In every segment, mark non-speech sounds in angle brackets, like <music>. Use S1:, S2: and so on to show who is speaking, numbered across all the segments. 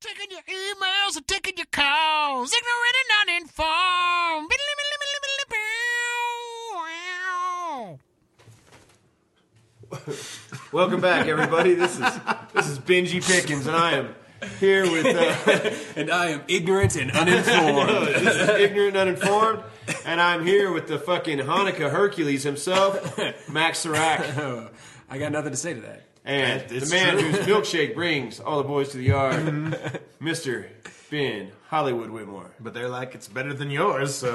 S1: Taking your emails and taking your calls. Ignorant and uninformed.
S2: Welcome back, everybody. This is this is Benji Pickens, and I am here with uh, <laughs>
S3: And I am ignorant and uninformed.
S2: this is ignorant, and uninformed, and I'm here with the fucking Hanukkah Hercules himself, Max Serac,
S3: I got nothing to say to that.
S2: and the man whose milkshake brings all the boys to the yard, Mister Ben Hollywood Whitmore.
S4: But they're like, it's better than yours, so.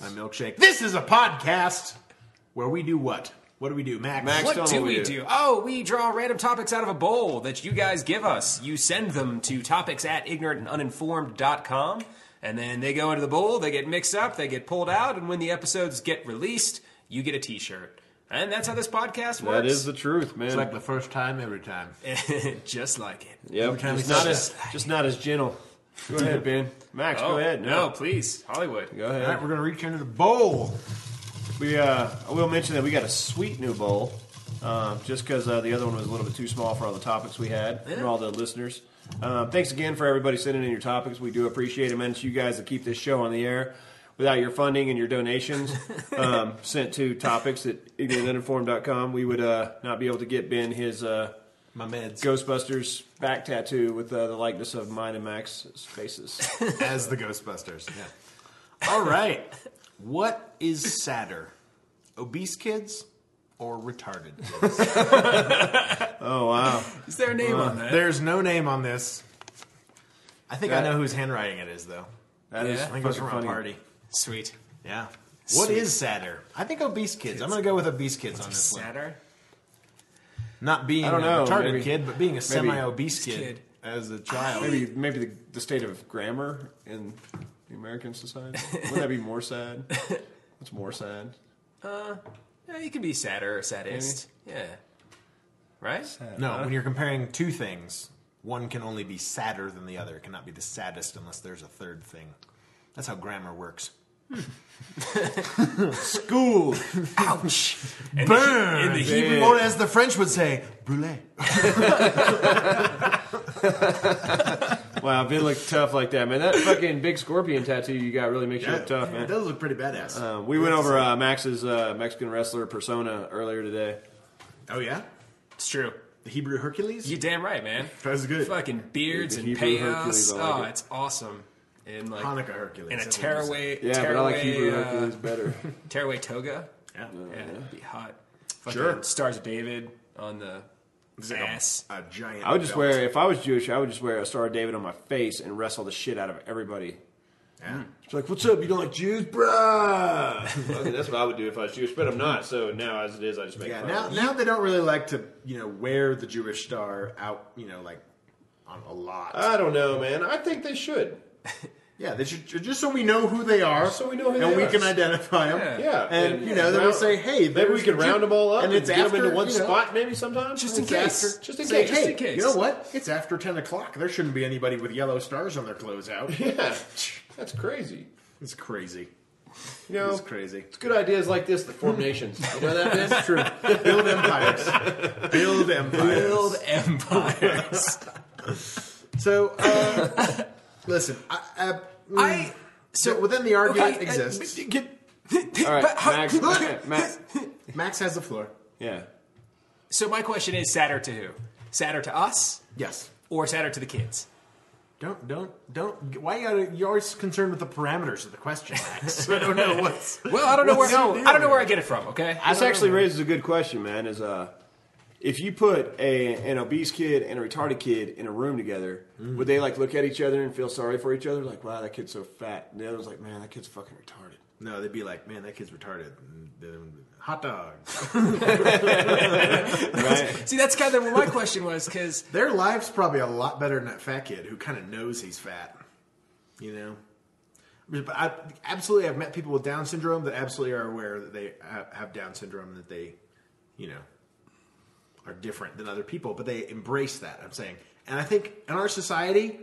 S4: My milkshake. This is a podcast where we do what? What do we do, Max?
S2: Max-
S4: What?
S3: What do we
S2: External
S3: do? Oh, we draw random topics out of a bowl that you guys give us. You send them to topics at ignorantanduninformed.com, and then they go into the bowl, they get mixed up, they get pulled out, and when the episodes get released, you get a t shirt. And that's how this podcast works.
S2: That is the truth, man.
S4: It's like the first time every time.
S3: <laughs> Just like it.
S2: yep.
S4: time
S2: Just
S4: he
S2: not
S4: says-
S2: as just not as gentle. Go ahead, Ben. Max,
S3: Oh,
S2: go ahead.
S3: No, please. Hollywood.
S2: Go ahead.
S4: All right, we're going to reach into the bowl.
S2: We uh, I will mention that we got a sweet new bowl, uh, just because uh, the other one was a little bit too small for all the topics we had and all the listeners. Uh, thanks again for everybody sending in your topics. We do appreciate it, and it's you guys that keep this show on the air. Without your funding and your donations um, sent to topics at ignorantuninformed.com, we would uh, not be able to get Ben his uh,
S4: My meds.
S2: Ghostbusters back tattoo with uh, the likeness of mine and Max's faces.
S4: <laughs> As the Ghostbusters. Yeah. All right. What is sadder? Obese kids or retarded kids?
S2: Oh, wow.
S3: Is there
S2: Uh,
S3: a name on that?
S4: There's no name on this. I think I
S2: That-
S4: know whose handwriting it is, though.
S2: That is
S3: Yeah.
S4: I think it was
S2: fucking
S4: from a
S2: funny.
S4: party.
S3: Sweet.
S4: Yeah. What
S3: Sweet.
S4: is sadder? I think obese kids. I'm going to go with obese kids on this one.
S3: Sadder?
S4: Not being
S2: I don't
S4: a
S2: know,
S4: retarded
S2: maybe-
S4: kid, but being a semi-obese kid,
S3: kid.
S4: as a child.
S2: Maybe maybe the, the state of grammar in the American society. Wouldn't that be more sad? What's more sad?
S3: Yeah, you could be sadder or saddest. Yeah. Right?
S4: No, when you're comparing two things, one can only be sadder than the other. It cannot be the saddest unless there's a third thing. That's how grammar works.
S2: School.
S3: Ouch! And Burn! in the Hebrew,
S4: Or as the French would say, brûlé.
S2: Wow, Ben looked tough like that, man. That fucking big scorpion tattoo you got really makes you look tough, man.
S4: Those look pretty badass.
S2: Uh, we went over uh, Max's uh, Mexican wrestler persona earlier today.
S4: oh yeah,
S3: It's true.
S4: the Hebrew Hercules.
S3: You damn right, man.
S4: That's good.
S3: Fucking beards
S2: The
S3: and
S2: Hebrew
S3: payos.
S2: Hercules, I like
S3: oh,
S2: it.
S3: it's awesome. In like
S4: Hanukkah Hercules.
S3: in a
S4: that's what it
S3: tearaway,
S4: is.
S2: Yeah,
S3: tearaway,
S2: but I like Hebrew
S3: uh,
S2: Hercules better.
S3: tearaway toga.
S4: Oh, Yeah.
S3: Yeah, that'd be hot. Fucking
S4: Sure.
S3: Stars of David on the
S4: like a- <laughs>
S3: ass.
S4: A giant.
S2: I would just
S4: belt.
S2: wear if I was Jewish, I would just wear a Star of David on my face and wrestle the shit out of everybody.
S4: Yeah.
S2: It's like, what's up? You don't like Jews,
S4: <laughs>
S2: bruh? okay, that's what I would do if I was Jewish, but I'm not. So now, as it is, I just make
S4: Yeah,
S2: fun.
S4: now
S2: of it.
S4: now they don't really like to you know wear the Jewish star out you know like on a lot.
S2: I don't know, man. I think they should.
S4: yeah, they should, just so we know who they are,
S2: So we know who
S4: and
S2: they
S4: we
S2: are.
S4: can identify them.
S3: Yeah.
S2: Yeah,
S4: and, you know they will
S2: round-
S4: say,
S2: maybe
S4: hey,
S2: we
S4: there's
S2: can
S4: a Jew-
S2: round them all up
S4: and, it's
S2: get
S4: after
S2: them into one
S4: you know,
S2: spot, maybe sometime.
S3: Just in
S2: It's
S3: case.
S2: after- just in
S3: Say,
S2: case.
S3: just
S4: Hey,
S3: in case.
S4: you know what? It's after ten o'clock. There shouldn't be anybody with yellow stars on their clothes <laughs> out.
S2: <laughs> Yeah, that's crazy.
S4: it's crazy.
S2: You know,
S4: It's
S2: it's
S4: crazy.
S2: good ideas like this that form nations. You know that, man? <laughs>
S4: It's true. <laughs> Build empires. <laughs> Build empires.
S3: Build empires.
S4: <laughs> So, uh, listen, I, I, mm,
S3: I-
S4: so within the argument
S3: Okay, uh,
S4: exists.
S2: All right,
S3: <laughs> But how-
S2: Max. Max.
S4: Max has the floor.
S2: <laughs> Yeah.
S3: so my question is: sadder to who? Sadder to us
S4: Yes.
S3: or sadder to the kids?
S4: Don't don't don't. Why you gotta, you're always concerned with the parameters of the question, Max? <laughs> I don't know what's.
S3: Well, I don't know where
S4: What's your
S3: no,
S4: deal
S3: I don't know where I
S4: here?
S3: get it from. Okay,
S2: This actually raises a good question, man. Is uh, if you put a, an obese kid and a retarded kid in a room together, would they like look at each other and feel sorry for each other? Like, wow, that kid's so fat. And the other was like, man, that kid's fucking retarded.
S4: No, they'd be like, man, that kid's retarded. And then, Hot dog.
S2: Right?
S3: See, that's kind of what my question was because
S4: Their life's probably a lot better than that fat kid who kind of knows he's fat. You know? I mean, But I, absolutely, I've met people with Down syndrome that absolutely are aware that they ha- have Down syndrome, that they, you know, are different than other people, but they embrace that, I'm saying. And I think in our society,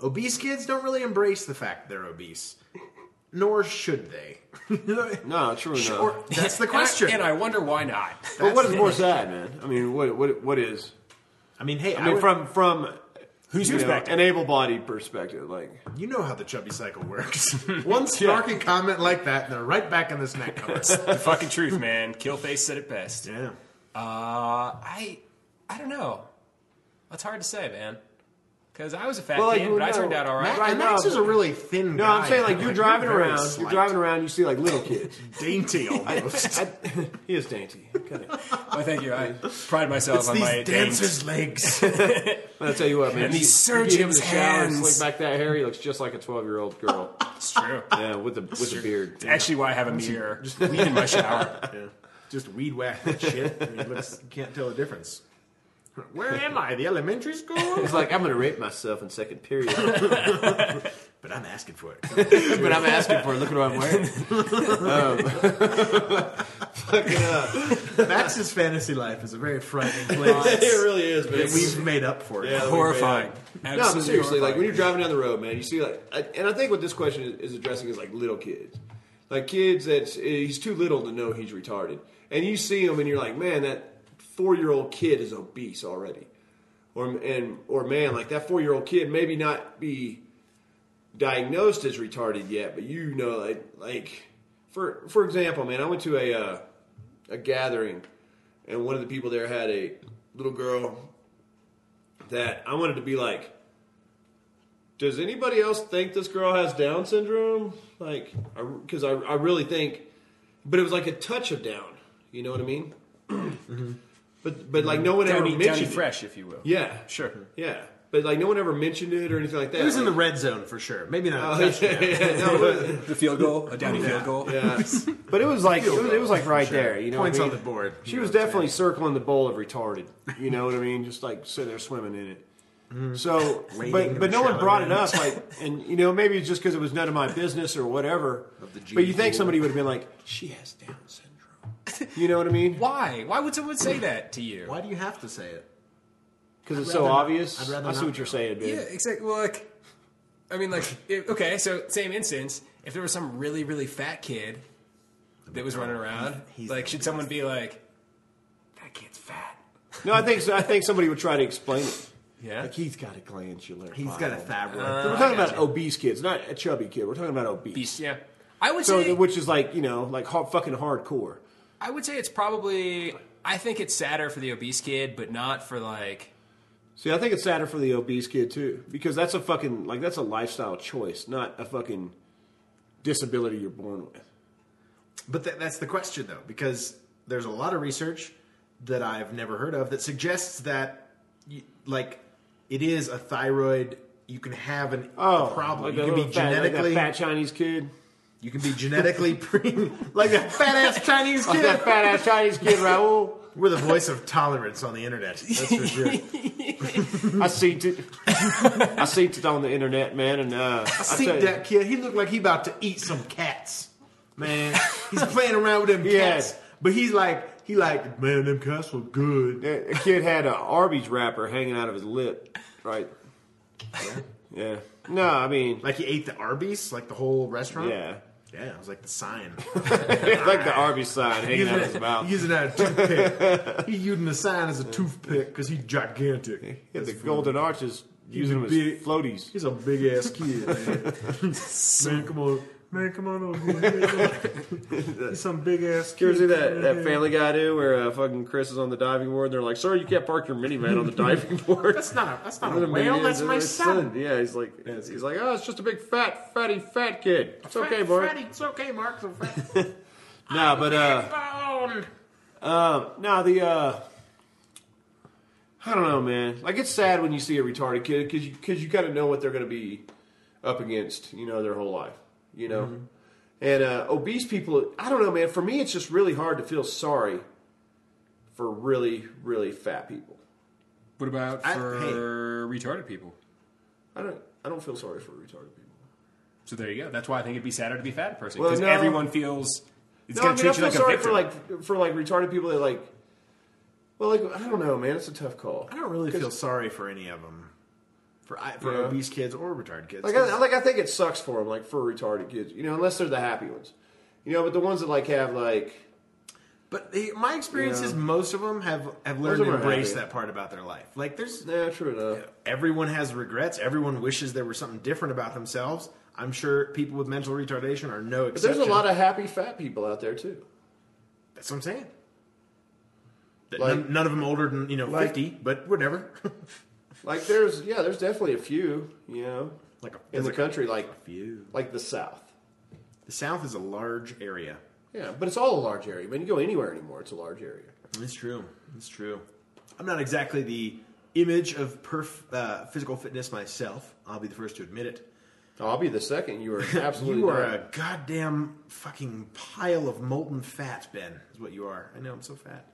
S4: obese kids don't really embrace the fact they're obese, nor should they. <laughs>
S2: no, true enough.
S4: Or, that's
S3: <laughs>
S4: the
S3: And I-
S4: question.
S3: and I wonder why not.
S2: But what is more sad, man? I mean, what what what is?
S4: I mean, hey,
S2: I mean,
S4: would-
S2: from from
S3: <laughs> Who's
S2: you know,
S3: perspective?
S2: an able-bodied perspective, like
S4: you know how the chubby cycle
S2: <laughs>
S4: works. One snarky comment like that, and they're right back in the snack cupboard.
S3: the
S2: <laughs>
S3: fucking truth, man. Killface said it best.
S4: yeah.
S3: Uh, I I don't know. That's hard to say, man. Because I was a fat
S2: Well, like,
S3: kid,
S2: well,
S3: but I
S2: no.
S3: turned out all right.
S4: Max,
S2: Right
S4: and Max
S2: now-
S4: is a really thin
S2: no,
S4: guy.
S2: I'm saying like
S4: though.
S2: you're driving
S4: very
S2: around, you're
S4: slight.
S2: driving around, you see like <laughs> little kids.
S4: <laughs> dainty <laughs> almost.
S2: I, <laughs> he is dainty. Cut it.
S3: Well, thank
S2: <laughs>
S3: you. I pride myself
S4: it's
S3: on my
S4: these dancers' legs.
S2: But I tell you what, man,
S3: And
S2: you-
S3: these
S2: you get him in
S3: surgeon's
S2: the shower and
S3: hands.
S2: Slick back that hair. He looks just like a 12-year-old girl. <laughs>
S3: It's true.
S2: yeah, with a with a beard.
S3: It's actually why I have
S2: <laughs>
S3: a mirror. Just weed in my shower.
S4: <laughs> Just weed whack that shit. And he looks, you can't tell the difference. Where am I? The elementary <laughs> school?
S2: It's like I'm gonna rape myself in second period,
S4: but I'm asking for <laughs> it.
S2: <laughs> but I'm asking for it. Look at what I'm wearing.
S4: Max's fantasy life is a very frightening <laughs> place.
S2: <laughs> it really is, man.
S4: that we've made up for it.
S3: Horrifying.
S2: No, but
S3: Absolutely
S2: seriously, like when
S3: horrifying.
S2: you're driving down the road, man, you see like, I- and I think what this question is- is addressing is like little kids, like kids that's he's too little to know he's retarded, and you see him and you're like, man, that four year old kid is obese already, or and or man, like that four year old kid maybe not be diagnosed as retarded yet, but you know, like like for for example, man, I went to a uh, a gathering, and one of the people there had a little girl that I wanted to be like, does anybody else think this girl has Down syndrome? Like, because I, I, really think, but it was like a touch of Down. You know what I <clears throat> mean? Mm-hmm. But but like no one ever
S3: Downy,
S2: mentioned
S3: downy
S2: it.
S3: fresh, if
S2: <laughs>
S3: you will.
S2: Yeah,
S3: Sure.
S2: Yeah, but like no one ever mentioned it or anything like that.
S4: It was in the
S2: Like,
S4: red zone for sure. Maybe
S2: <laughs>
S4: not.
S2: oh,
S4: a touchdown.
S2: yeah, yeah, no, it was-
S3: The field goal, a downy field goal.
S2: yeah. But it was like it was, it was <laughs> like right there. You know,
S4: <laughs> Points
S2: what I
S4: on
S2: mean?
S4: the board.
S2: She
S4: You know
S2: was
S4: what I'm
S2: definitely circling the bowl of retarded. You know what I mean? Just like sitting there swimming in it.
S4: Mm-hmm.
S2: So,
S4: Wading in
S2: but but
S4: the
S2: no one
S4: shallow
S2: brought it
S4: end.
S2: up. Like, and you know, maybe it's just because it was none of my business or whatever.
S4: Of the
S2: But you
S4: gene
S2: think
S4: pool.
S2: somebody would have been like, she has Down syndrome. You know what I mean?
S3: Why? Why would someone say that to you?
S4: Why do you have to say it?
S2: Because it's
S4: I'd
S2: so
S4: rather-
S2: obvious.
S4: I'd rather
S2: I see
S4: not
S2: what you're
S4: know.
S2: saying,
S3: Yeah,
S2: dude.
S3: exactly. Well, like, I mean, like, if, okay, so same instance. If there was some really, really fat kid that was running around,
S4: He's-
S3: like, should someone be like, "That kid's fat"?
S2: No, I think so. I think somebody would try to explain it.
S3: Yeah.
S2: Like he's got a glandular.
S4: He's got a
S2: problem.
S4: thyroid.
S2: We're talking about obese kids, not a chubby kid. We're talking about obese.
S3: Yeah. I would
S2: So,
S3: say.
S2: the- which is like you know, like hard, fucking hardcore.
S3: I would say it's probably. I think it's sadder for the obese kid, but not for like.
S2: See, I think it's sadder for the obese kid too, because that's a fucking like that's a lifestyle choice, not a fucking disability you're born with.
S4: But tha that's the question, though, because there's a lot of research that I've never heard of that suggests that, you, like, it is a thyroid. You can have an, a problem.
S2: Oh, like
S4: You
S2: that
S4: can be
S2: little fat, like that
S4: genetically.
S2: fat Chinese kid,
S4: you can be <laughs> genetically pre, like that fat ass <laughs>
S2: <laughs>
S4: Chinese
S2: like
S4: kid.
S2: that fat ass Chinese kid Raul.
S4: We're the voice of tolerance on the internet. That's for <laughs> sure.
S2: I seen it. I seen it on the internet, man, and uh, I
S4: See
S2: tell you-
S4: that kid? He looked like he about to eat some cats. Man, <laughs> he's playing around with them
S2: Yeah.
S4: cats, but he's like, he like, man, them cats were good.
S2: A kid had a Arby's wrapper hanging out of his lip, right? Yeah. No, I mean,
S4: Like he ate the Arby's, like the whole restaurant.
S2: yeah, <laughs>
S4: Yeah, it was like the <laughs> sign.
S2: like the Arby's sign hanging
S4: using,
S2: out of his <laughs>
S4: it,
S2: mouth.
S4: using that toothpick. he using the sign as a toothpick because he's gigantic.
S2: He had the
S4: That's
S2: golden arches using them as
S4: big-
S2: floaties.
S4: He's a big ass kid, man.
S2: <laughs>
S4: man, come on. Man, come on over here. He's some big ass
S2: You
S4: kid.
S2: ever see that,
S4: man.
S2: that Family Guy do where uh, fucking Chris is on the diving board and they're like, "Sir, you can't park your minivan on the diving board."
S4: That's not a, that's not
S2: And
S4: a
S2: the man
S4: whale,
S2: is,
S4: that's
S2: uh,
S4: my
S2: his
S4: son.
S2: Yeah, he's like,
S4: it's
S2: he's like, "Oh, it's just a big fat, fatty, fat kid. It's okay, boy."
S4: Freddy, it's okay, Mark. It's okay.
S2: <laughs> No, but uh,
S4: Bone.
S2: no, the uh, I don't know, man. Like it's sad when you see a retarded kid because you because you got to know what they're going to be up against, you know, their whole life, you know.
S4: Mm-hmm.
S2: And uh, obese people, I don't know, man. For me, it's just really hard to feel sorry for really, really fat people.
S3: What about
S4: I-
S3: for
S4: hey.
S3: retarded people?
S2: I don't. I don't feel sorry for retarded people.
S3: So there you go. That's why I think it'd be sadder to be fat in person
S2: Well,
S3: because
S2: no.
S3: everyone feels it's
S2: No, I
S3: going
S2: mean
S3: to
S2: I feel
S3: treat you like a
S2: sorry
S3: victim.
S2: for like for like retarded people that like. Well, like I don't know, man. It's a tough call.
S4: I don't really feel sorry for any of them, for I- for
S2: Yeah.
S4: obese kids or retarded kids.
S2: Like I, like I think it sucks for them, like for retarded kids, you know, unless they're the happy ones, you know. But the ones that like have like
S4: But the, my experience
S2: Yeah.
S4: is most of them have, have learned
S2: of
S4: to
S2: them are
S4: embrace
S2: happy.
S4: that part about their life. Like there's
S2: Yeah, true enough.
S4: everyone has regrets. Everyone wishes there was something different about themselves. I'm sure people with mental retardation are no
S2: But
S4: exception.
S2: there's a lot of happy fat people out there too.
S4: That's what I'm saying. That
S2: Like-
S4: none, none of them older than you know
S2: Like-
S4: fifty, but whatever. <laughs>
S2: Like there's yeah, there's definitely a few, you know,
S4: like a,
S2: in
S4: there's
S2: the
S4: like
S2: country, like
S4: a few.
S2: like the South.
S4: The South is a large area.
S2: Yeah, but it's all a large area. I mean, you go anywhere anymore, it's a large area.
S4: It's true. It's true. I'm not exactly the image of perf- uh, physical fitness myself. I'll be the first to admit it.
S2: I'll be the second. <laughs> You are absolutely.
S4: You are
S2: not.
S4: a goddamn fucking pile of molten fat, Ben. Is what you are. I know. I'm so fat.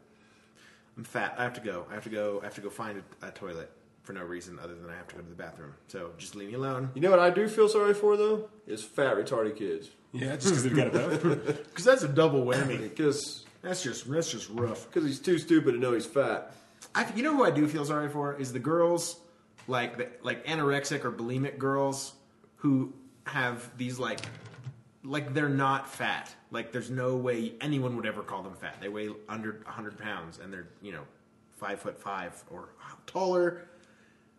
S4: I'm fat. I have to go. I have to go. I have to go find a, a toilet for no reason other than I have to go to the bathroom. So just leave me alone.
S2: You know what I do feel sorry for though is fat retarded kids
S3: Yeah, just because they've got it both.
S4: Because that's a double whammy.
S2: because
S4: That's just that's just rough.
S2: because he's too stupid to know he's fat.
S4: I, you know who I do feel sorry for is the girls, like the, like anorexic or bulimic girls who have these like like they're not fat. Like there's no way anyone would ever call them fat. They weigh under 100 pounds and they're you know five foot five or taller.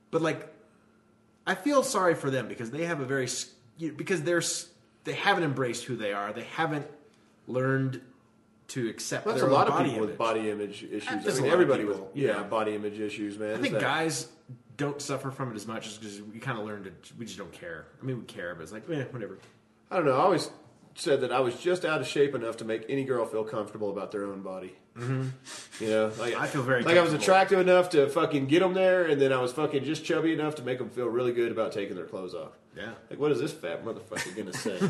S4: But like, I feel sorry for them because they have a very s- you- because they're s- they haven't embraced who they are. They haven't learned to accept.
S2: That's
S4: their
S2: a lot
S4: own
S2: of
S4: body
S2: people with
S4: image.
S2: body image issues. I
S4: There's a
S2: mean,
S4: lot of
S2: everybody with
S4: people,
S2: yeah,
S4: yeah.
S2: body image issues, man.
S4: I
S2: It's
S4: think
S2: that-
S4: guys don't suffer from it as much just because we kind of learn to we just don't care. I mean, we care, but it's like eh, whatever.
S2: I don't know. I always said that I was just out of shape enough to make any girl feel comfortable about their own body. Mm-hmm. You know, like,
S4: I feel very
S2: like I was
S4: comfortable.
S2: attractive enough to fucking get them there, and then I was fucking just chubby enough to make them feel really good about taking their clothes off.
S4: Yeah.
S2: Like, what is this fat motherfucker gonna say? You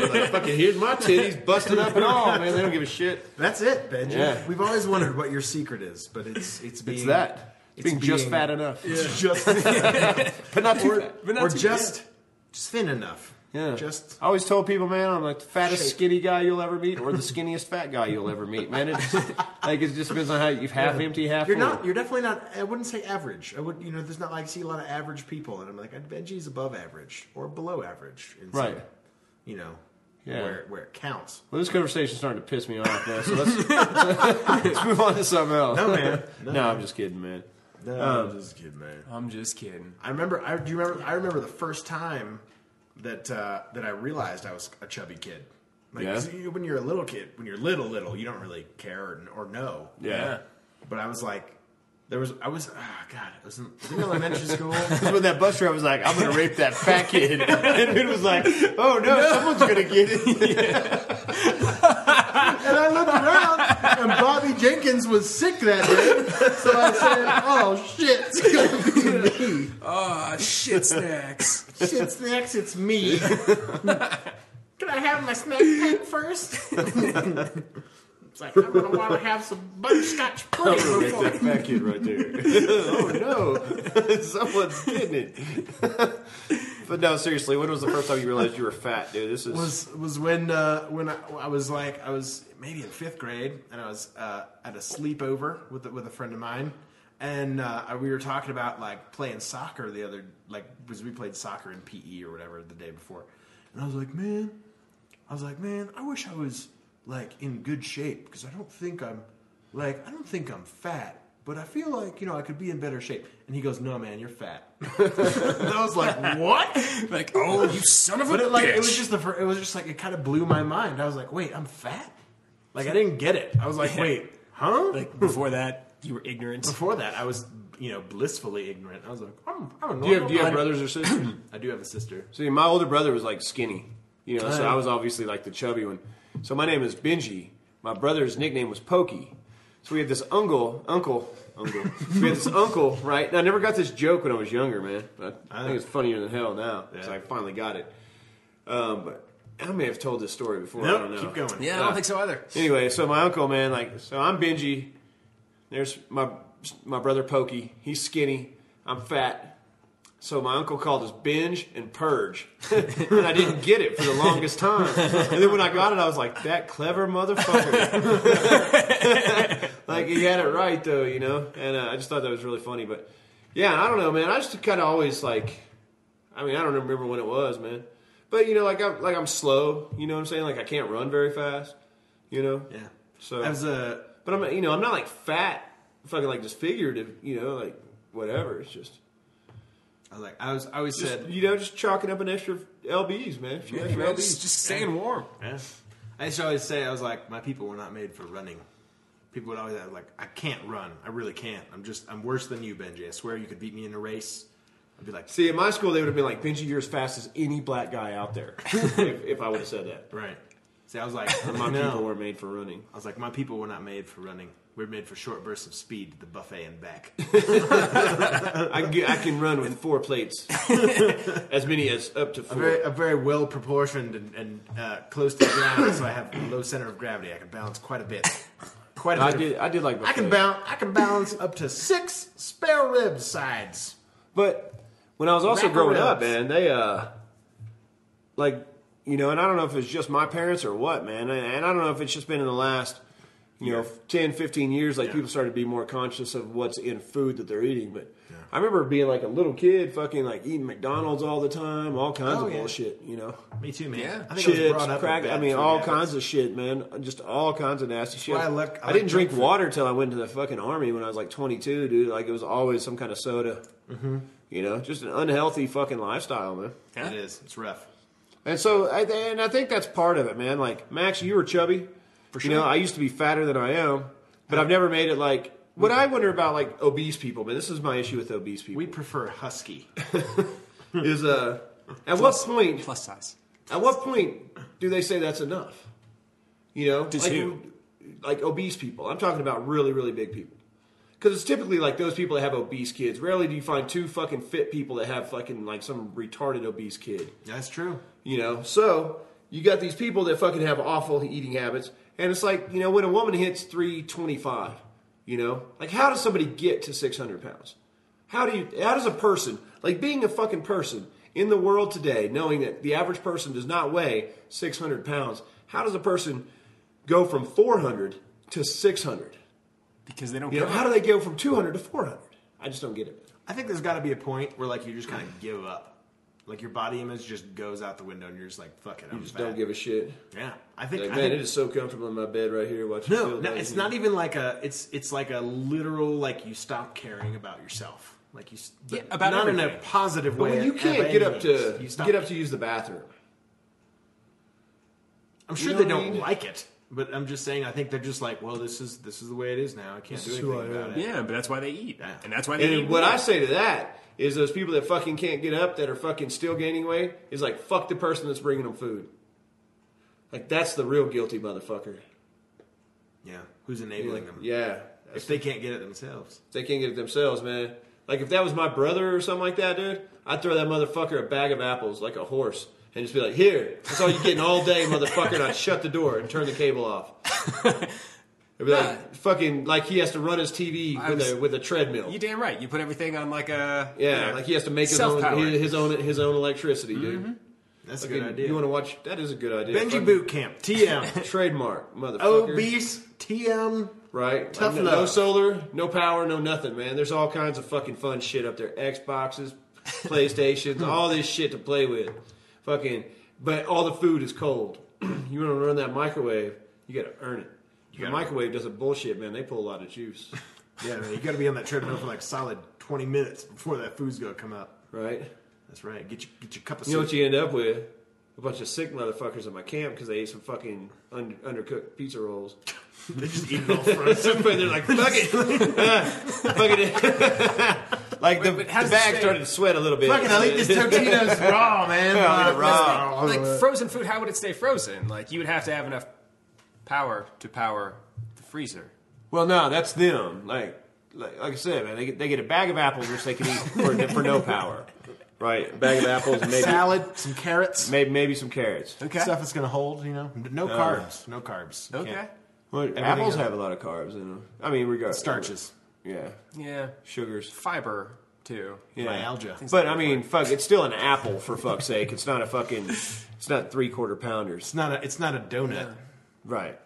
S2: know, like, fucking here's my titties busted up and all, man. They don't give a shit.
S4: That's it, Benji.
S2: Yeah.
S4: We've always wondered what your secret is, but it's it's being It's
S2: being, just
S4: being-
S2: fat enough,
S4: It's <laughs> just but not too fat.
S3: But not
S4: or
S3: too
S4: just just thin enough.
S2: Yeah.
S4: Just
S2: I always told people, man, I'm like the fattest
S4: Shape.
S2: skinny guy you'll ever meet, or the skinniest fat guy you'll ever meet, man. It just, <laughs> like it just depends on how you half empty, half.
S4: you're
S2: full.
S4: not. You're definitely not. I wouldn't say average. I would. You know, there's not like I see a lot of average people, and I'm like Benji's above average or below average. In some-
S2: Right.
S4: you know.
S2: Yeah.
S4: Where where it counts.
S2: Well, this conversation's starting to piss me off, man. So let's, <laughs> let's move on to something else.
S4: <laughs> No, man.
S2: No, Um, I'm just kidding, man.
S4: No, I'm just kidding, man.
S3: I'm just kidding.
S4: I remember. I do you remember? I remember the first time that uh, that I realized I was a chubby kid. Like
S2: Yeah.
S4: 'cause you- when you're a little kid, when you're little, little, you don't really care or, or know.
S2: Yeah.
S4: But I was like, there was. I was. ah God, I was in, I was in elementary school.
S2: That's when that bus driver was like, I'm going to rape that fat kid.
S4: <laughs>
S2: And it was like, oh, no, someone's going to get
S4: <laughs>
S2: it.
S4: And I looked around, and Bobby Jenkins was sick that day. So I said, "Oh shit, it's gonna be me.
S3: Oh, <laughs> shit snacks.
S4: Shit snacks, it's me. Can I have my snack pack first? <laughs> it's like I'm gonna want to have some butterscotch pudding
S2: rape
S4: before.
S2: that fat kid right
S4: <laughs>
S2: there. oh, no. <laughs> someone's getting it. <laughs> but no, seriously, when was the first time you realized you were fat, dude? This is.
S4: was was when uh, when I, I was like I was maybe in fifth grade and I was uh, at a sleepover with a- with a friend of mine and uh, I- we were talking about like playing soccer the other like because we played soccer in PE or whatever the day before and I was like man I was like man I wish I was like in good shape because I don't think I'm like I don't think I'm fat. But I feel like you know I could be in better shape, and he goes, "No, man, you're fat." <laughs> and I
S3: <laughs>
S4: was like, "What?"
S3: Like, oh, you son of a
S4: But it, like
S3: bitch.
S4: it was just the fir- it was just like it kind of blew my mind. I was like, wait, I'm fat. Like I didn't get it. I was like,
S3: Yeah.
S4: wait, huh?
S3: like before that, you were ignorant.
S4: Before that, I was you know blissfully ignorant. I was like, I'm, I'm a normal.
S2: do you have, do you have <clears throat>
S4: I-
S2: brothers or sisters?
S4: I do have a sister.
S2: See, my older brother was like skinny, you know, so I was obviously like the chubby one. So my name is Benji. My brother's nickname was Pokey. So we had this uncle, uncle, <laughs> uncle. we had this uncle, right? And I never got this joke when I was younger, man. But I think it's funnier than hell now because
S4: Yeah.
S2: I finally got it. Um, but I may have told this story before. I
S4: Nope,
S2: don't know.
S4: keep going.
S3: yeah, I
S2: Ah.
S3: don't think so either.
S2: Anyway, so my uncle, man, like, so I'm Benji. There's my my brother Pokey. He's skinny. I'm fat. So my uncle called us binge and purge, <laughs> and I didn't get it for the longest time. And then when I got it, I was like, "That clever motherfucker!" <laughs> like he had it right though, you know. And uh, I just thought that was really funny. But yeah, I don't know, man. I just kind of always like, I mean, I don't remember when it was, man. But you know, like I'm like I'm slow. You know what I'm saying? Like I can't run very fast. You know.
S4: Yeah. uh,
S2: So
S4: As a
S2: But I'm, you know, I'm not like fat, fucking like disfigured, you know, like whatever. It's just,
S4: I was like I was I always
S2: just,
S4: said
S2: you know, just chalking up an extra LBs, man. A few
S3: Yeah,
S2: extra
S3: man,
S2: LBs.
S3: just, just staying warm.
S4: Yeah. I used to always say, I was like, my people were not made for running. People would always have, like, I can't run. I really can't. I'm just, I'm worse than you, Benji. I swear you could beat me in a race. I'd be like,
S2: See, in my school, they would have been like, Benji, you're as fast as any black guy out there. <laughs> if, if I would have said that.
S4: right. See, I was like,
S2: <laughs> My people
S4: no.
S2: were made for running.
S4: I was like, my people were not made for running. We're made for short bursts of speed to the buffet and back.
S2: I, can get- I can run with four plates, as many as up to
S4: <laughs> a
S2: four.
S4: very, a very well proportioned and, and uh, close to the ground, so I have a low center of gravity. I can balance quite a bit. Quite a bit.
S2: I
S4: of-
S2: did, I did like.
S4: I can
S2: buffet.
S4: balance. I can balance up to six spare rib sides.
S2: But when I was also
S4: Wrap
S2: growing
S4: around.
S2: up, man, they uh, like you know, and I don't know if it's just my parents or what, man, and and I don't know if it's just been in the last you know 10, 15 years, like people started to be more conscious of what's in food that they're eating. But I remember being like a little kid, fucking like eating McDonald's all the time, all kinds
S4: Oh,
S2: of
S4: yeah.
S2: bullshit, you know,
S4: Me too, man.
S3: Yeah.
S4: I think I was
S2: chips,
S4: brought up
S2: crack. I mean, all kinds of shit, man, just all kinds of nasty shit.
S4: why I like- I
S2: I,
S4: like
S2: didn't
S4: junk
S2: drink
S4: food.
S2: water till I went to the fucking army when I was like twenty two, dude. Like it was always some kind of soda.
S4: Mm-hmm.
S2: You know, just an unhealthy fucking lifestyle, man.
S3: Yeah.
S4: It is. It's rough.
S2: And so, I, and I think that's part of it, man. Like Max, you were chubby. For sure. You know, I used to be fatter than I am, but I've never made it like. What I wonder about like obese people, but this is my issue with obese people
S4: We prefer husky.
S2: is uh, at what point?
S3: Plus size.
S2: At what point do they say that's enough? You know,
S3: Does
S2: like,
S3: who?
S2: like obese people. I'm talking about really, really big people. Because it's typically like those people that have obese kids. Rarely do you find two fucking fit people that have fucking like some retarded obese kid.
S4: That's true.
S2: You know, so you got these people that fucking have awful eating habits, and it's like you know when a woman hits three twenty five, you know, like how does somebody get to six hundred pounds? How do you? How does a person like being a fucking person in the world today, knowing that the average person does not weigh six hundred pounds? How does a person go from four hundred to six hundred?
S3: Because they don't
S2: You
S3: care.
S2: know, how do they go from two hundred to four hundred? I just don't get it.
S4: I think there's got to be a point where like you just kind of give up. Like your body image just goes out the window, and you're just like, "Fuck it, I'm
S2: Just
S4: fat.
S2: don't give a shit.
S4: Yeah, I think.
S2: Like
S4: I
S2: man,
S4: think-
S2: it is so comfortable in my bed right here watching.
S4: no,
S2: Field
S4: no,
S2: Days,
S4: it's
S2: you know.
S4: not even like a. It's it's like a literal like you stop caring about yourself. Like you, s-
S3: Yeah,
S4: but
S3: about
S4: not in a
S3: everything.
S4: positive
S2: But
S4: way.
S2: when you
S4: of
S2: can't get up
S4: means.
S2: to
S4: you stop,
S2: get up to use the bathroom,
S4: I'm sure
S2: know
S4: they
S2: what I
S4: don't
S2: mean?
S4: like it, but I'm just saying. I think they're just like, well, this is this is the way it is now. I can't
S2: is
S4: do
S2: who
S4: anything
S2: I
S4: about
S2: am.
S4: it.
S3: yeah, but that's why they eat.
S4: Yeah.
S3: And that's why they eat.
S2: and what
S3: more.
S2: I say to that is those people that fucking can't get up that are fucking still gaining weight is like fuck the person that's bringing them food. Like that's the real guilty motherfucker.
S4: Yeah, who's enabling them?
S2: Yeah,
S4: if they can't get it themselves.
S2: If they can't get it themselves, man. Like if that was my brother or something like that, dude, I'd throw that motherfucker a bag of apples like a horse and just be like, "Here, that's all you're getting all <laughs> day, motherfucker." And I'd shut the door and turn the cable <laughs> off. It'd be like fucking like he has to run his TV with
S3: was-
S2: a with a treadmill.
S3: You damn right. You put everything on like a
S2: Yeah, like he has to make his own
S3: Self-powered.
S2: his, his own his own electricity, dude.
S4: That's
S2: Fucking- You want to watch? That is a good idea.
S4: Mm-hmm. Benji
S2: Fucking
S4: Boot Camp,
S2: <laughs>
S4: TM.
S2: trademark, motherfucker.
S4: Obese TM.
S2: right?
S4: Tough
S2: no,
S4: love.
S2: no solar, no power, no nothing, man. There's all kinds of fucking fun shit up there.
S4: <laughs>
S2: Xboxes, PlayStations, all this shit to play with. Fucking, but all the food is cold. <clears throat> you want to run that microwave? You got to earn it. The
S4: gotta-
S2: microwave doesn't bullshit, man. They pull a lot of juice, <laughs>
S4: Yeah, man, you got to be on that treadmill for like a solid 20 minutes before that food's gonna come up.
S2: right?
S4: That's right. Get your get your cup of
S2: You know what
S4: soup.
S2: you end up with? A bunch of sick motherfuckers at my camp because they ate some fucking un- undercooked pizza
S4: <laughs>
S2: rolls.
S4: they just eat it all frozen.
S2: But they're like, fuck it. <laughs> fuck it. <laughs> like the,
S3: Wait, but
S2: the
S3: how
S2: bag
S3: does it say-
S2: started to sweat a little bit.
S4: Fucking, I'll eat this Totino's <laughs> raw, man. raw.
S3: Oh, like frozen food. How would it stay frozen? Like you would have to have enough power to power the freezer.
S2: Well, no, that's them. Like, like, like I said, man, they get, they get a bag of apples which they can eat for, for no power, right? A bag of apples, and maybe,
S4: salad, some carrots,
S2: maybe maybe some carrots.
S3: Okay.
S4: stuff that's gonna hold. You know, no carbs, no carbs. You
S3: okay.
S4: can't-
S2: Well, apples
S4: else.
S2: have a lot of carbs in them. I mean, regardless,
S4: starches,
S2: yeah,
S3: Yeah.
S2: sugars,
S3: Fiber too.
S2: yeah.
S4: myalgia. It's
S2: But I mean, fuck, it's still an apple for fuck's sake. It's not a fucking, it's not three quarter pounders,
S4: not a it's not a donut.
S2: right?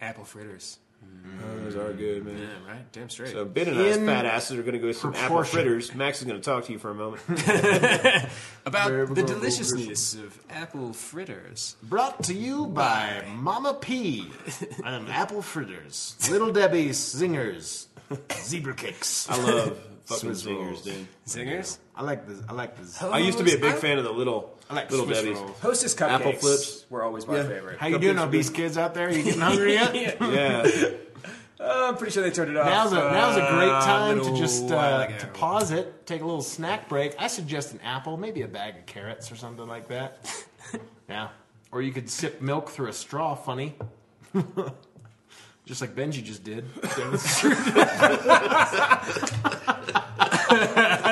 S3: Apple fritters.
S2: Those are good, man.
S3: Yeah, right. Damn straight.
S2: So Ben and I's
S4: In
S2: fat asses are going to go get some apple
S4: proportion.
S2: fritters. Max is going to talk to you for a moment.
S3: About the
S4: Variable
S3: deliciousness of apple fritters.
S4: Brought to you by Mama P on Apple Fritters, Little Debbie's Zingers, Zebra Cakes.
S2: I
S4: <laughs>
S2: love fucking
S4: Swiss
S2: zingers,
S4: rolls.
S2: dude.
S3: Zingers?
S4: I like this. I like this.
S2: I used to be a big
S3: I-
S2: fan of the little
S4: Oh, I like
S2: little
S4: Swiss
S2: Debbie's.
S4: rolls.
S3: Hostess cupcakes
S2: Apple flips.
S3: were always my
S2: Yeah.
S3: favorite.
S4: How you
S2: Cupcakes
S4: doing,
S2: are good.
S4: obese kids out there? You getting hungry yet?
S3: Yeah.
S2: Yeah,
S4: <laughs>
S3: Uh, I'm pretty sure they turned it off.
S4: Now's a now's a great
S3: uh,
S4: time to
S3: little
S4: just
S3: while
S4: uh,
S3: ago.
S4: to pause it, take a little snack break. I suggest an apple, maybe a bag of carrots or something like that. <laughs> yeah, or you could sip milk through a straw. Funny, <laughs> just like Benji just did. <laughs>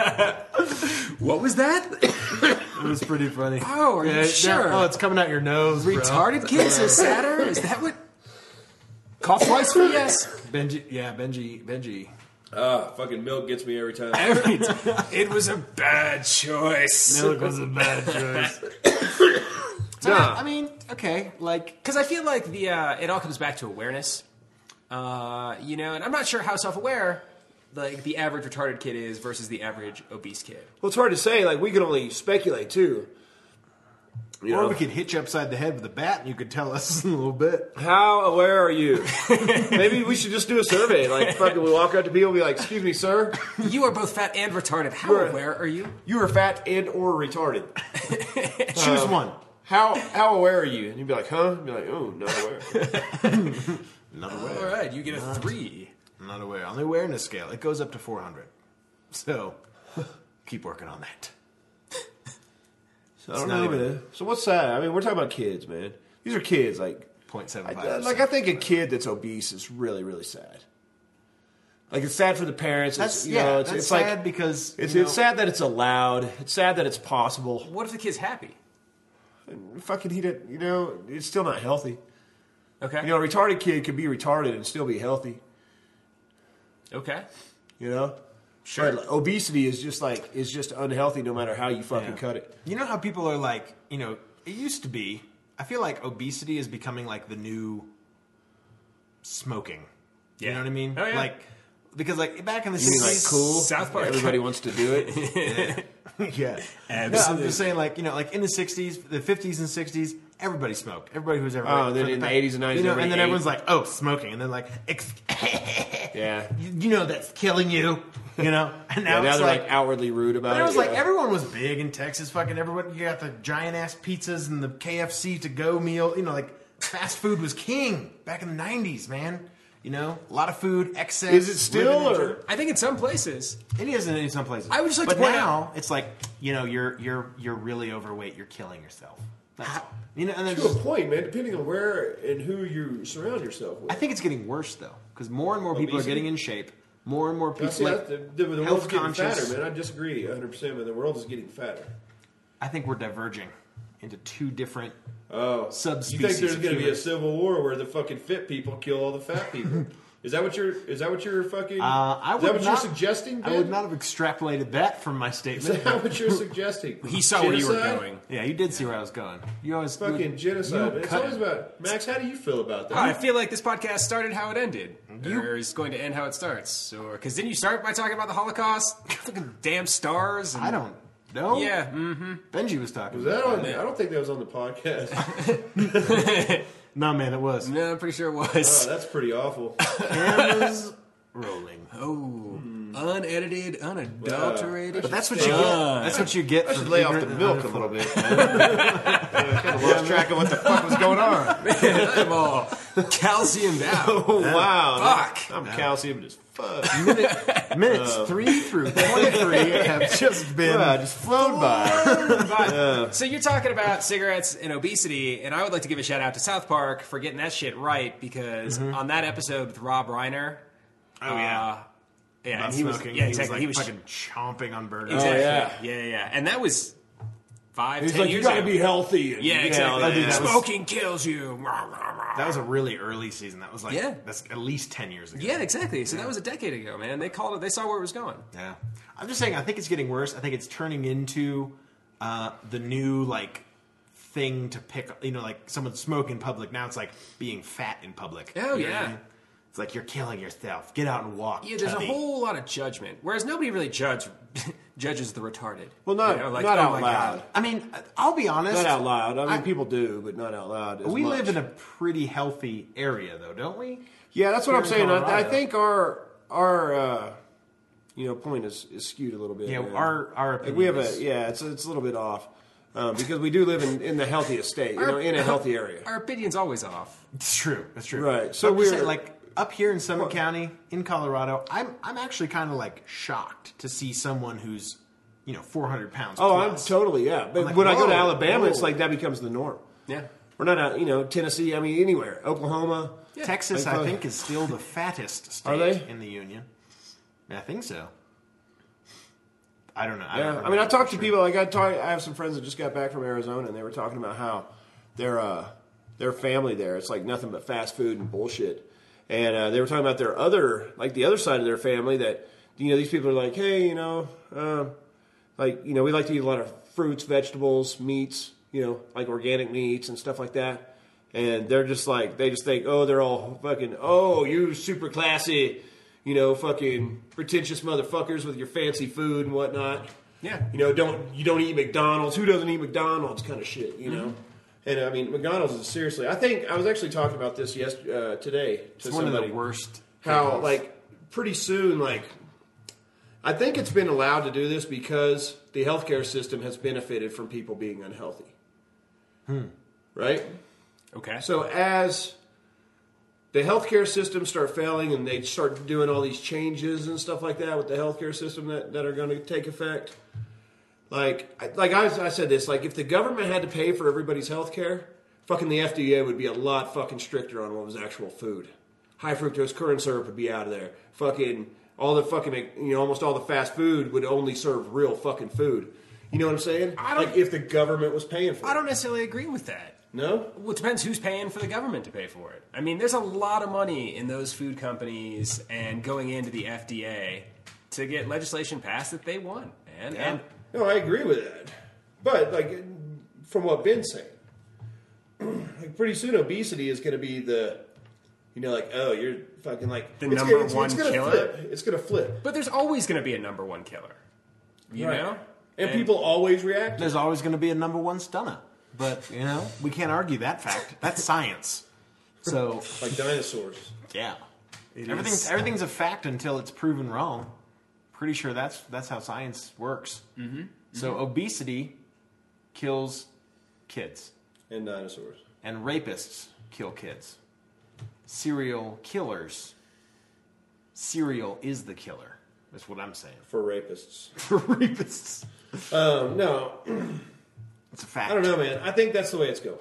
S3: What was that? <coughs>
S4: it was pretty funny.
S3: Oh, are you
S4: Yeah, yeah.
S3: sure?
S4: Oh, it's coming out your nose, bro.
S3: Retarded kids are sadder? Is that what? Cough twice for
S4: <laughs>
S3: yes.
S4: Benji, yeah, Benji, Benji.
S2: <laughs> ah, fucking milk gets me every time.
S3: Every t- it was a bad choice.
S4: Milk was a <laughs> bad <coughs> choice.
S2: Nah.
S4: I mean, okay, like
S3: because I feel like the uh, it all comes back to awareness, uh, you know. And I'm not sure how self-aware like the average retarded kid is versus the average obese kid.
S2: Well, it's hard to say. Like we can only speculate too. You
S4: Or
S2: know,
S4: we could hit you upside the head with a bat and you could tell us <laughs> in a little bit.
S2: how aware are <laughs> you? Maybe we should just do a survey. Like fucking, we walk up to people, and be like, "Excuse me, sir,
S3: You are both fat and retarded. How
S2: Right.
S3: aware are you?
S2: you are fat and or retarded.
S4: Choose one.
S2: How how aware are you?" And you'd be like, "Huh?" I'd be like, "Oh, not aware."
S4: Not
S3: All
S4: aware.
S3: right, you get a three.
S4: Not aware. On the awareness scale, it goes up to 400. So <laughs> keep working on that.
S2: So I don't
S4: not
S2: know,
S4: even-
S2: man. So what's that? I mean, we're talking about kids, man. These are kids. Like,
S4: 0.75.
S2: I, like I think a kid that's obese is really, really sad. Like it's sad for the parents.
S4: that's
S2: it's, you
S4: yeah.
S2: know, it's,
S4: that's
S2: it's
S4: sad
S2: like
S4: because
S2: it's,
S4: you know,
S2: it's sad that it's allowed. It's sad that it's possible.
S3: What if the kid's happy?
S2: Fucking he did. You know, it's still not healthy.
S3: Okay.
S2: You know, a retarded kid could be retarded and still be healthy.
S3: okay.
S2: You know,
S3: Sure.
S2: But obesity is just like is just unhealthy no matter how you fucking
S4: Yeah.
S2: cut it.
S4: You know how people are like, you know, it used to be. I feel like obesity is becoming like the new smoking. You
S3: Yeah.
S4: know what I mean?
S3: Oh, yeah.
S4: Like because like back in the
S2: You mean like
S4: 60s,
S2: cool?
S3: South Park.
S2: Everybody wants to do
S3: <laughs>
S2: it.
S4: <laughs> yeah. No, I'm
S3: Absolutely.
S4: just saying, like, you know, like in the 60s, the 50s and 60s, everybody smoked. Everybody who was ever.
S2: Oh, then in the 80s and 90s,
S4: You know, and then
S2: everybody
S4: everyone's
S2: ate.
S4: like, oh, smoking. And then, like, ex- <laughs>
S2: yeah.
S4: you you know, that's killing you.
S2: <laughs>
S4: You know? And now,
S2: yeah, now
S4: it's
S2: they're like,
S4: like.
S2: outwardly rude about
S4: and
S2: it.
S4: it was like
S2: yeah.
S4: everyone was big in Texas. Fucking everyone, you got the giant ass pizzas and the KFC to go meal. You know, like fast food was king back in the '90s, man. You know, a lot of food excess.
S2: Is it still,
S4: ribbon-
S2: or-
S3: I think in some places.
S4: It is in some places.
S3: I would just like
S4: but
S3: to point
S4: now it's like you know you're you're you're really overweight. You're killing yourself. That's all. You know, and there's
S2: To a point, man. Depending on where and who you surround yourself with.
S4: I think it's getting worse though because more and more people are
S2: Obesity?
S4: getting in shape. More and more people.
S2: That's like,
S4: Like,
S2: the, the, the world's
S4: health
S2: getting
S4: conscious.
S2: fatter, man. I disagree 100. percent But the world is getting fatter.
S4: I think we're diverging into two different
S2: Oh,
S4: Subspecies
S2: You think there's
S4: of
S2: going to be a
S4: humans.
S2: civil war where the fucking fit people kill all the fat
S4: <laughs>
S2: people? is that what you're? Is that what you're fucking?
S4: Uh, I
S2: is
S4: would
S2: that what
S4: not-
S2: you're suggesting? Ben?
S4: I would not have extrapolated that from my
S2: <laughs> Is
S4: statement.
S2: that
S4: <laughs>
S2: what you're suggesting?
S3: He saw where you were
S2: Genocide?
S3: going.
S4: yeah, you did see where I was going. You always
S2: Fucking
S4: you-
S2: genocide. man. It's
S4: cut
S2: always
S4: it.
S2: about Max. How do you feel about that?
S3: I feel like this podcast started how it ended, or is going to end how it starts, or because then you start by talking about the Holocaust, <laughs> fucking damn stars. And,
S4: I don't know.
S3: Yeah. Mm.
S4: Benji was talking.
S2: was
S4: about
S2: that on? I don't think that was on the podcast. <laughs>
S4: No, man, it was.
S3: No, I'm pretty sure it
S2: oh,
S3: was.
S2: that's pretty
S4: <laughs>
S2: awful.
S4: Cameras rolling.
S3: Oh, unedited, unadulterated. <laughs>
S4: But that's what you get. That's what you get.
S2: Should
S4: for
S2: lay off the
S4: ignorant-
S2: milk a little bit. Man.
S4: <laughs>
S2: kind of lost track of what the fuck was going on.
S3: I'm all calciumed out.
S2: Oh <laughs> wow,
S3: Fuck.
S2: I'm calcium as
S4: <laughs>
S2: fuck.
S4: Minute, <laughs> minutes three through <laughs> twenty-three have just been
S2: Yeah, just flown
S4: <laughs>
S2: by.
S3: But- So you're talking about cigarettes and obesity, and I would like to give a shout out to South Park for getting that shit right because on that episode with Rob Reiner,
S4: Oh
S3: uh, yeah,
S4: About
S3: and he
S4: smoking.
S3: was yeah exactly
S4: He was,
S3: he
S4: like, fucking chomping on burgers.
S3: exactly
S2: yeah.
S3: yeah. yeah yeah, and that was five ten years ago.
S2: healthy. And,
S3: yeah exactly
S4: that- dude, that was-
S3: smoking kills you. Rah, rah, rah.
S4: That was a really early season. That was like
S3: Yeah.
S4: that's at least ten years ago.
S3: yeah exactly. So that was a decade ago, man. They called it. They saw where it was going.
S4: Yeah. I'm just saying. I think it's getting worse. I think it's turning into uh, the new like thing to pick. You know, like someone smoke in public. Now it's like being fat in public.
S3: Oh,
S4: You know what I
S3: yeah.
S4: mean? It's like you're killing yourself. Get out and walk.
S3: Yeah, there's a
S4: Tubby."
S3: whole lot of judgment, whereas nobody really judge <laughs> judges the retarded.
S2: Well, not,
S3: You know, like,
S2: not
S3: oh
S2: out
S3: my
S2: loud.
S3: God.
S4: I mean, I'll be honest.
S2: Not out loud. I mean, people do, but not out loud. as
S4: We
S2: much.
S4: live in a pretty healthy area, though, don't we?
S2: Yeah, that's what
S4: Here
S2: I'm
S4: in
S2: saying. I, I
S4: Colorado.
S2: think our our uh, you know point is, is skewed a little bit.
S4: Yeah,
S2: man.
S4: our- our
S2: like we have a
S4: opinions.
S2: yeah, it's it's a little bit off um, because we do live in, in the healthiest state, you know, in a healthy area.
S3: Our opinion's always off.
S4: It's true. That's true.
S2: Right, so
S4: But I'm just
S2: we're-
S4: saying, like up here in Summit County in Colorado. I'm I'm actually kind of like shocked to see someone who's you know 400 pounds.
S2: Oh, I'm
S4: plus.
S2: totally yeah. But
S4: like,
S2: when I go to
S4: whoa,
S2: Alabama, it's
S4: whoa.
S2: like that becomes the norm.
S3: Yeah.
S2: Or not, out, you know, Tennessee. I mean, anywhere, Oklahoma.
S4: Texas,
S2: Like,
S4: I
S2: uh,
S4: think, is still the <laughs> fattest state
S2: Are they?
S4: in the union. I think so. I don't know. I, don't
S2: Yeah, I mean, I talked to people. Like I talk, I have some friends that just got back from Arizona, and they were talking about how their uh, their family there it's like nothing but fast food and bullshit. And uh, they were talking about their other, like the other side of their family that you know these people are like, hey, you know, um, like you know we like to eat a lot of fruits, vegetables, meats, you know, like organic meats and stuff like that. And they're just like they just think, oh, they're all fucking, oh, you super classy, you know, fucking pretentious motherfuckers with your fancy food and whatnot.
S3: Yeah.
S2: You know, don't you don't eat McDonald's? Who doesn't eat McDonald's? Kind of shit, you know.
S4: Mm-hmm.
S2: And I mean, McDonald's is seriously. I think I was actually talking about this yes uh, today to
S4: It's one
S2: somebody.
S4: of the worst.
S2: How
S4: things.
S2: like pretty soon like. I think it's been allowed to do this because the healthcare system has benefited from people being unhealthy. Hmm. Right?
S3: Okay.
S2: So as the healthcare system start failing and they start doing all these changes and stuff like that with the healthcare system that, that are going to take effect, like I- like I, I said this, like if the government had to pay for everybody's healthcare, fucking the FDA would be a lot fucking stricter on what was actual food. High fructose corn syrup would be out of there. Fucking all the fucking you know almost all the fast food would only serve real fucking food. You know what I'm saying?
S3: I don't-
S2: like if the government was paying for
S3: I
S2: it.
S3: don't necessarily agree with that.
S2: No?
S3: Well, it depends who's paying for the government to pay for it. I mean, there's a lot of money in those food companies and going into the FDA to get legislation passed that they want, man. And
S2: No, I agree with that. But like from what Ben's saying, <clears throat> like pretty soon obesity is going to be the, you know, like oh you're fucking like
S3: The
S2: it's
S3: number
S2: gonna- it's,
S3: one
S2: it's gonna
S3: killer?
S2: Flip. It's going to flip,
S3: but there's always going to be a number one killer, you
S2: Right.
S3: know.
S2: and, people always react.
S4: there's always going to be a number one stunner, but you know we can't argue that fact. That's <laughs> science. So
S2: like dinosaurs.
S4: yeah, everything's
S3: is-
S4: everything's a fact until it's proven wrong. Pretty sure that's that's how science works. Mm-hmm. So obesity kills kids,
S2: And dinosaurs.
S4: and rapists kill kids. Serial killers. Serial is the killer. That's what I'm saying. <laughs>
S2: For rapists.
S4: For rapists,
S2: Um, no,
S4: it's a fact.
S2: I don't know, man. I think that's the way it's going.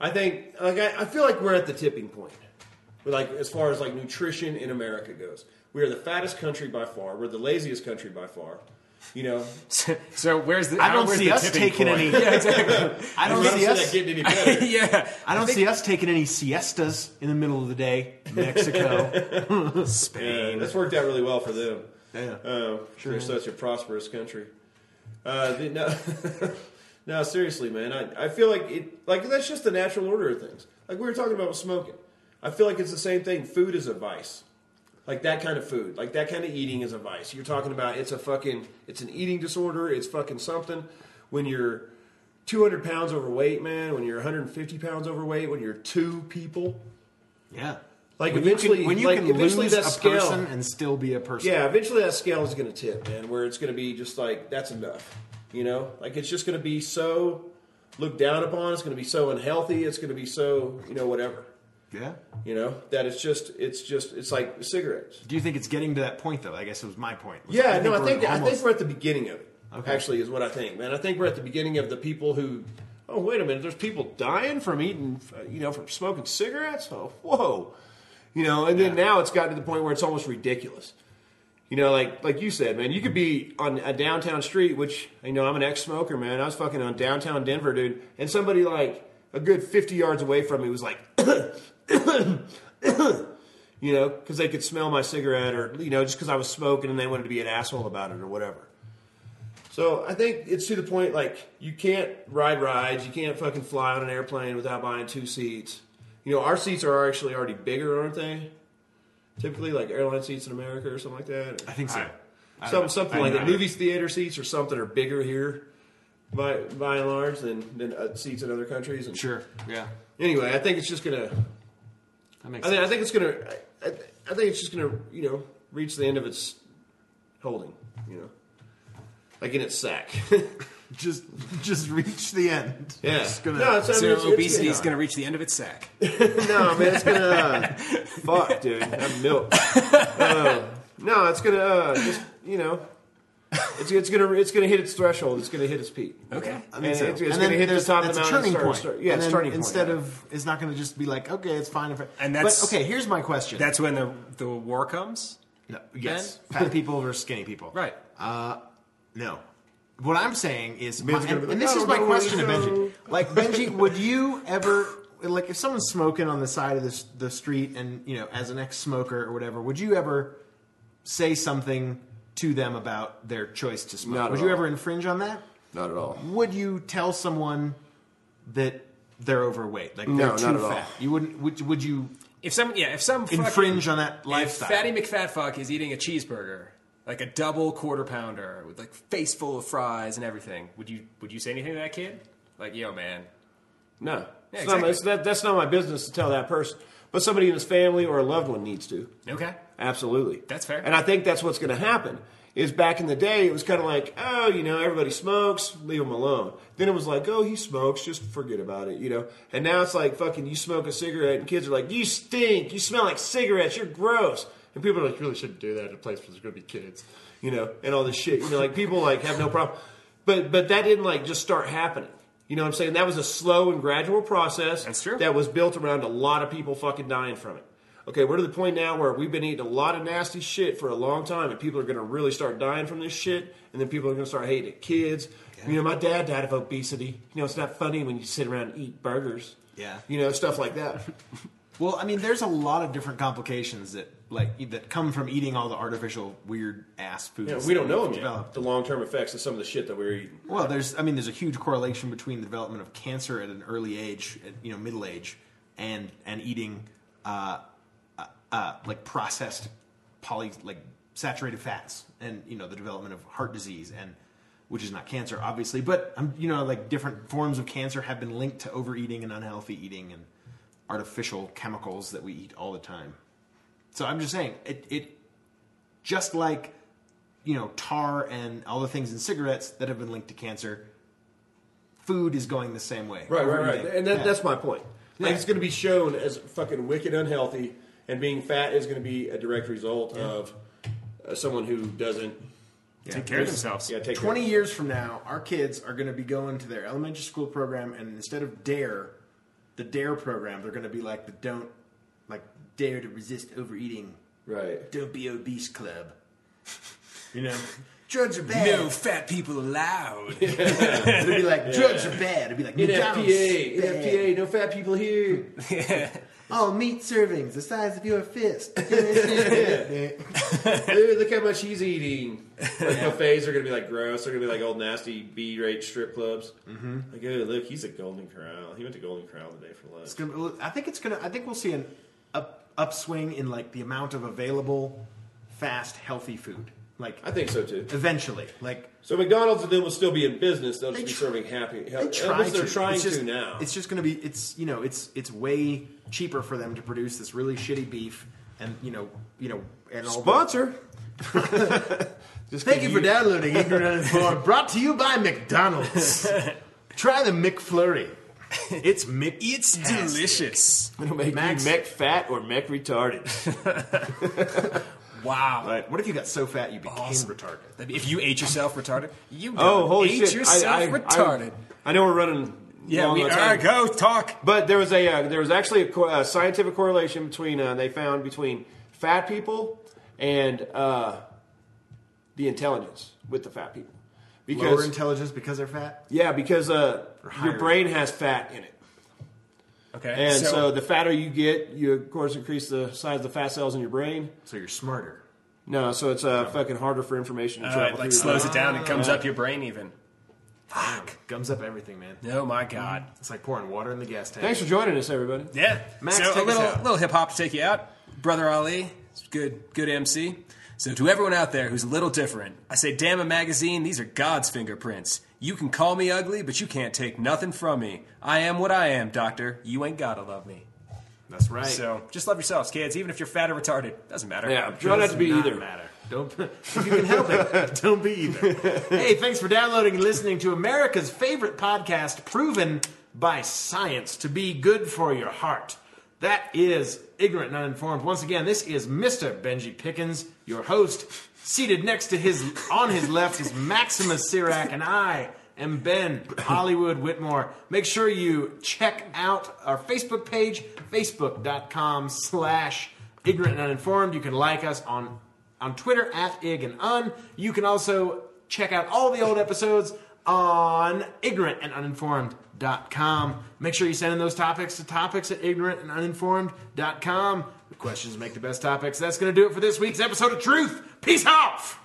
S2: I think, like, I, I feel like we're at the tipping point. We're like, as far as like nutrition in America goes, we are the fattest country by far. We're the laziest country by far. You know,
S3: So, so where's the?
S4: I don't
S3: where's
S4: see
S3: the
S4: us
S3: tipping
S4: taking
S3: point?
S4: <laughs>
S3: <laughs>
S4: any.
S3: Yeah, exactly.
S4: I don't
S2: I don't
S4: see
S2: see
S4: us.
S2: that getting any better.
S3: <laughs> yeah.
S4: I don't see us taking any siestas in the middle of the day. Mexico.
S2: Yeah, that's worked out really well for them.
S4: yeah.
S2: Um, sure, they're such a prosperous country. Uh, the, no, <laughs> no, seriously, man. I, I feel like it. Like that's just the natural order of things. Like we were talking about with smoking. I feel like it's the same thing. Food is a vice. Like that kind of food, like that kind of eating is a vice. You're talking about it's a fucking, it's an eating disorder. It's fucking something. When you're 200 pounds overweight, man. When you're 150 pounds overweight. When you're two people.
S4: yeah.
S2: Like
S4: when
S2: eventually,
S4: you can, when you
S2: like
S4: can
S2: eventually
S4: lose
S2: that
S4: a
S2: scale-
S4: person and still be a person.
S2: Yeah, eventually that scale is going to tip, man, where it's going to be just like, that's enough. You know? Like, it's just going to be so looked down upon. It's going to be so unhealthy. It's going to be so, you know, whatever.
S4: Yeah.
S2: You know? That it's just, it's just, it's like cigarettes.
S4: Do you think it's getting to that point though? I guess it was my point.
S2: Yeah, no, I
S4: we're
S2: think, I
S4: almost-
S2: think we're at the beginning of it,
S4: Okay.
S2: actually, is what I think, man. I think we're at the beginning of the people who, oh, wait a minute, there's people dying from eating, uh, you know, from smoking cigarettes? Oh, whoa. You know, and then now it's gotten to the point where it's almost ridiculous. You know, like like you said, man, you could be on a downtown street, which you know I'm an ex-smoker, man. I was fucking on downtown Denver, dude, and somebody like a good 50 yards away from me was like, <coughs> you know, because they could smell my cigarette, or you know, just because I was smoking, and they wanted to be an asshole about it or whatever. So I think it's to the point like you can't ride rides, you can't fucking fly on an airplane without buying two seats. You know, our seats are actually already bigger, aren't they? Typically, like airline seats in America or something like that.
S4: I think so.
S3: I-
S4: I don't
S2: Some,
S4: know.
S2: something
S4: I-
S2: like
S4: I-
S2: that. Movie theater seats or something are bigger here, by by and large, than than uh, seats in other countries. And
S3: Sure. Yeah.
S2: Anyway, I think it's just gonna.
S3: That makes
S2: I think,
S3: sense.
S2: I think it's gonna. I, I, I think it's just gonna, you know, reach the end of its holding. You know, like in its sack. <laughs>
S4: Just just reach the end.
S2: yeah.
S4: Just gonna-
S2: no, it's, I mean,
S3: So
S2: it's- it's
S3: obesity is
S2: gonna-
S3: going to reach the end of its sack.
S2: No, man, it's gonna uh, <laughs> fuck, dude. That <laughs> milk. Uh, no, it's gonna uh, just you know, it's, it's gonna it's gonna hit its threshold. It's gonna hit its peak.
S3: Okay.
S4: I think
S2: And
S4: so.
S2: it's- it's
S4: And
S2: gonna
S4: then
S2: hit the
S4: there's-
S2: top of
S4: that's
S2: the
S4: a
S2: mountain and
S4: turning
S2: start-
S4: point.
S2: start- yeah,
S4: and
S2: it's
S4: then
S2: turning point,
S4: Instead
S2: yeah.
S4: of it's not going to just be like okay, it's fine. If it,
S3: And that's-
S4: but, okay. Here's my question.
S3: That's when the the war comes.
S4: no, yes, fat people versus skinny people.
S3: Right.
S4: No. What I'm saying is, my,
S2: Ben's gonna
S4: and,
S2: be like,
S4: and this
S2: "I
S4: is
S2: don't
S4: my
S2: know
S4: question to
S2: where to
S4: Benji. Like
S2: <laughs>
S4: Benji, would you ever like if someone's smoking on the side of the, s- the street and you know as an ex-smoker or whatever, would you ever say something to them about their choice to smoke?
S2: Not at
S4: would you
S2: all.
S4: ever infringe on that?
S2: Not at all.
S4: Would you tell someone that they're overweight, like
S2: No,
S4: they're
S2: not
S4: too
S2: at all.
S4: fat? You wouldn't. Would, would you
S3: If some yeah, if some fucking-
S4: infringe on that
S3: if
S4: lifestyle?
S3: Fatty McFatfuck is eating a cheeseburger, like a double quarter pounder with like face full of fries and everything, would you would you say anything to that kid? Like, yo, man,
S2: No,
S3: Yeah,
S2: It's not my-
S3: exactly.
S2: it's- that- that's not my business to tell that person. But somebody in his family or a loved one needs to.
S3: okay,
S2: Absolutely.
S3: That's fair.
S2: And I think that's what's going to happen. Is back in the day, it was kind of like, oh, you know, everybody smokes, leave them alone. Then it was like, oh, he smokes, just forget about it, you know. And now it's like, fucking, you smoke a cigarette, and kids are like, you stink, you smell like cigarettes, you're gross. And people are like, you really shouldn't do that in a place where there's going to be kids, you know, and all this shit. You know, like people like have no problem, but but that didn't like just start happening. You know what I'm saying? That was a slow and gradual process.
S3: That's true.
S2: That that was built around a lot of people fucking dying from it. Okay, we're to the point now where we've been eating a lot of nasty shit for a long time, and people are going to really start dying from this shit, and then people are going to start hating kids. You know, my dad died of obesity. You know, it's not funny when you sit around and eat burgers.
S4: Yeah.
S2: You know, stuff like
S4: <laughs>
S2: that.
S4: Well, I mean, there's a lot of different complications that like e, that come from eating all the artificial weird ass foods.
S2: Yeah, we don't know
S4: that
S2: them
S4: we've
S2: yet. The long term effects of some of the shit that we're eating.
S4: Well, there's I mean, there's a huge correlation between the development of cancer at an early age, at, you know, middle age, and and eating uh, uh, uh, like processed poly like saturated fats, and you know the development of heart disease and. Which is not cancer, obviously, but um, you know, like different forms of cancer have been linked to overeating and unhealthy eating and artificial chemicals that we eat all the time. So I'm just saying, it, it just like you know tar and all the things in cigarettes that have been linked to cancer, food is going the same way.
S2: Right, right, right.
S4: Overeating.
S2: And that,
S4: Yeah.
S2: that's my point. Like,
S4: Yeah.
S2: it's going to be shown as fucking wicked unhealthy, and being fat is going to be a direct result of uh, someone who doesn't.
S3: take care of themselves.
S2: Yeah, take care of-
S4: Twenty years from now, our kids are going to be going to their elementary school program, and instead of dare, the dare program, they're going to be like the don't, like dare to resist overeating,
S2: Right.
S4: don't be obese club. <laughs> You know, drugs are bad.
S3: No fat
S2: <laughs>
S3: people allowed.
S4: It'd be like drugs are bad. It'd be like McDonald's
S2: NFPA,
S4: bad.
S2: NFPA, no fat people <laughs> here.
S4: All meat servings the size of
S2: <laughs>
S4: your fist. <laughs>
S2: Dude, look how much he's eating. <laughs> Like, buffets are gonna be like gross. They're gonna be like old nasty B-rate strip clubs. Mm-hmm. Like, oh look, he's at Golden Corral. He went to Golden Corral today for lunch.
S4: It's gonna, I think it's gonna. I think we'll see an up, upswing in like the amount of available, fast, healthy food. Like
S2: I think so too.
S4: eventually, like
S2: So McDonald's and them will still be in business. They'll just
S4: They
S2: be
S4: tr-
S2: serving happy.
S4: they try
S2: unless
S4: to.
S2: they're trying
S4: it's just,
S2: to now.
S4: It's just gonna be. It's you know. It's it's way cheaper for them to produce this really shitty beef, and you know, you know, and all. the- <laughs>
S2: Just
S4: Thank you for
S2: that.
S4: downloading Ignorant <laughs> Informed, brought to you by McDonald's. <laughs> Try the McFlurry. It's Mc.
S3: It's delicious.
S2: It'll make
S4: Max-
S2: you mech fat or mech
S4: <laughs>
S2: retarded.
S3: Wow.
S4: What if you got so fat you became
S3: Awesome.
S4: retarded?
S3: That'd be- If you ate yourself retarded, you done
S2: Oh, holy shit!
S3: ate
S2: I-
S3: yourself
S2: I, I,
S3: retarded.
S2: I, know we're running.
S3: yeah,
S2: long
S3: we
S2: on
S3: are.
S2: time.
S3: Go talk.
S2: But there was a uh, there was actually a, co- a scientific correlation between uh, they found between fat people and uh, the intelligence with the fat people
S4: Lower
S2: because
S4: intelligence because they're fat.
S2: yeah because uh,
S4: higher.
S2: your brain has fat in it
S3: Okay.
S2: and so, the fatter you get you of course increase the size of the fat cells in your brain
S4: So you're smarter.
S2: no so it's uh, fucking harder for information to
S3: uh,
S2: travel
S3: it like
S2: through your brain.
S3: slows it down and comes up your brain even. Fuck.
S4: Gums up everything, man.
S3: Oh my god.
S4: It's like pouring water in the gas tank.
S2: Thanks for joining us everybody
S3: Yeah.
S4: Max,
S3: so
S4: take
S3: a
S4: us
S3: little
S4: out.
S3: little hip hop to take you out, brother Ali. It's good, good MC. So to everyone out there who's a little different, I say, damn a magazine, these are God's fingerprints. You can call me ugly, but you can't take nothing from me. I am what I am, doctor. You ain't gotta love me.
S4: That's right.
S3: So just love yourselves, kids, even if you're fat or retarded. Doesn't matter.
S2: Yeah, try not to be
S4: Not
S2: either.
S4: matter. Don't <laughs> if you can help it. Don't be either. hey, thanks for downloading and listening to America's favorite podcast, proven by science to be good for your heart. That is ignorant and uninformed. Once again, this is Mr. Benji Pickens, your host. Seated next to his, on his left is Maximus Sirac, and I am Ben Hollywood Whitmore. Make sure you check out our Facebook page, facebook.com slash ignorant and uninformed. You can like us on on Twitter at ig and un. You can also check out all the old episodes on ignorantanduninformed.com. Make sure you send in those topics to topics at ignorantanduninformed.com. The questions make the best topics. That's going to do it for this week's episode of Truth. Peace off!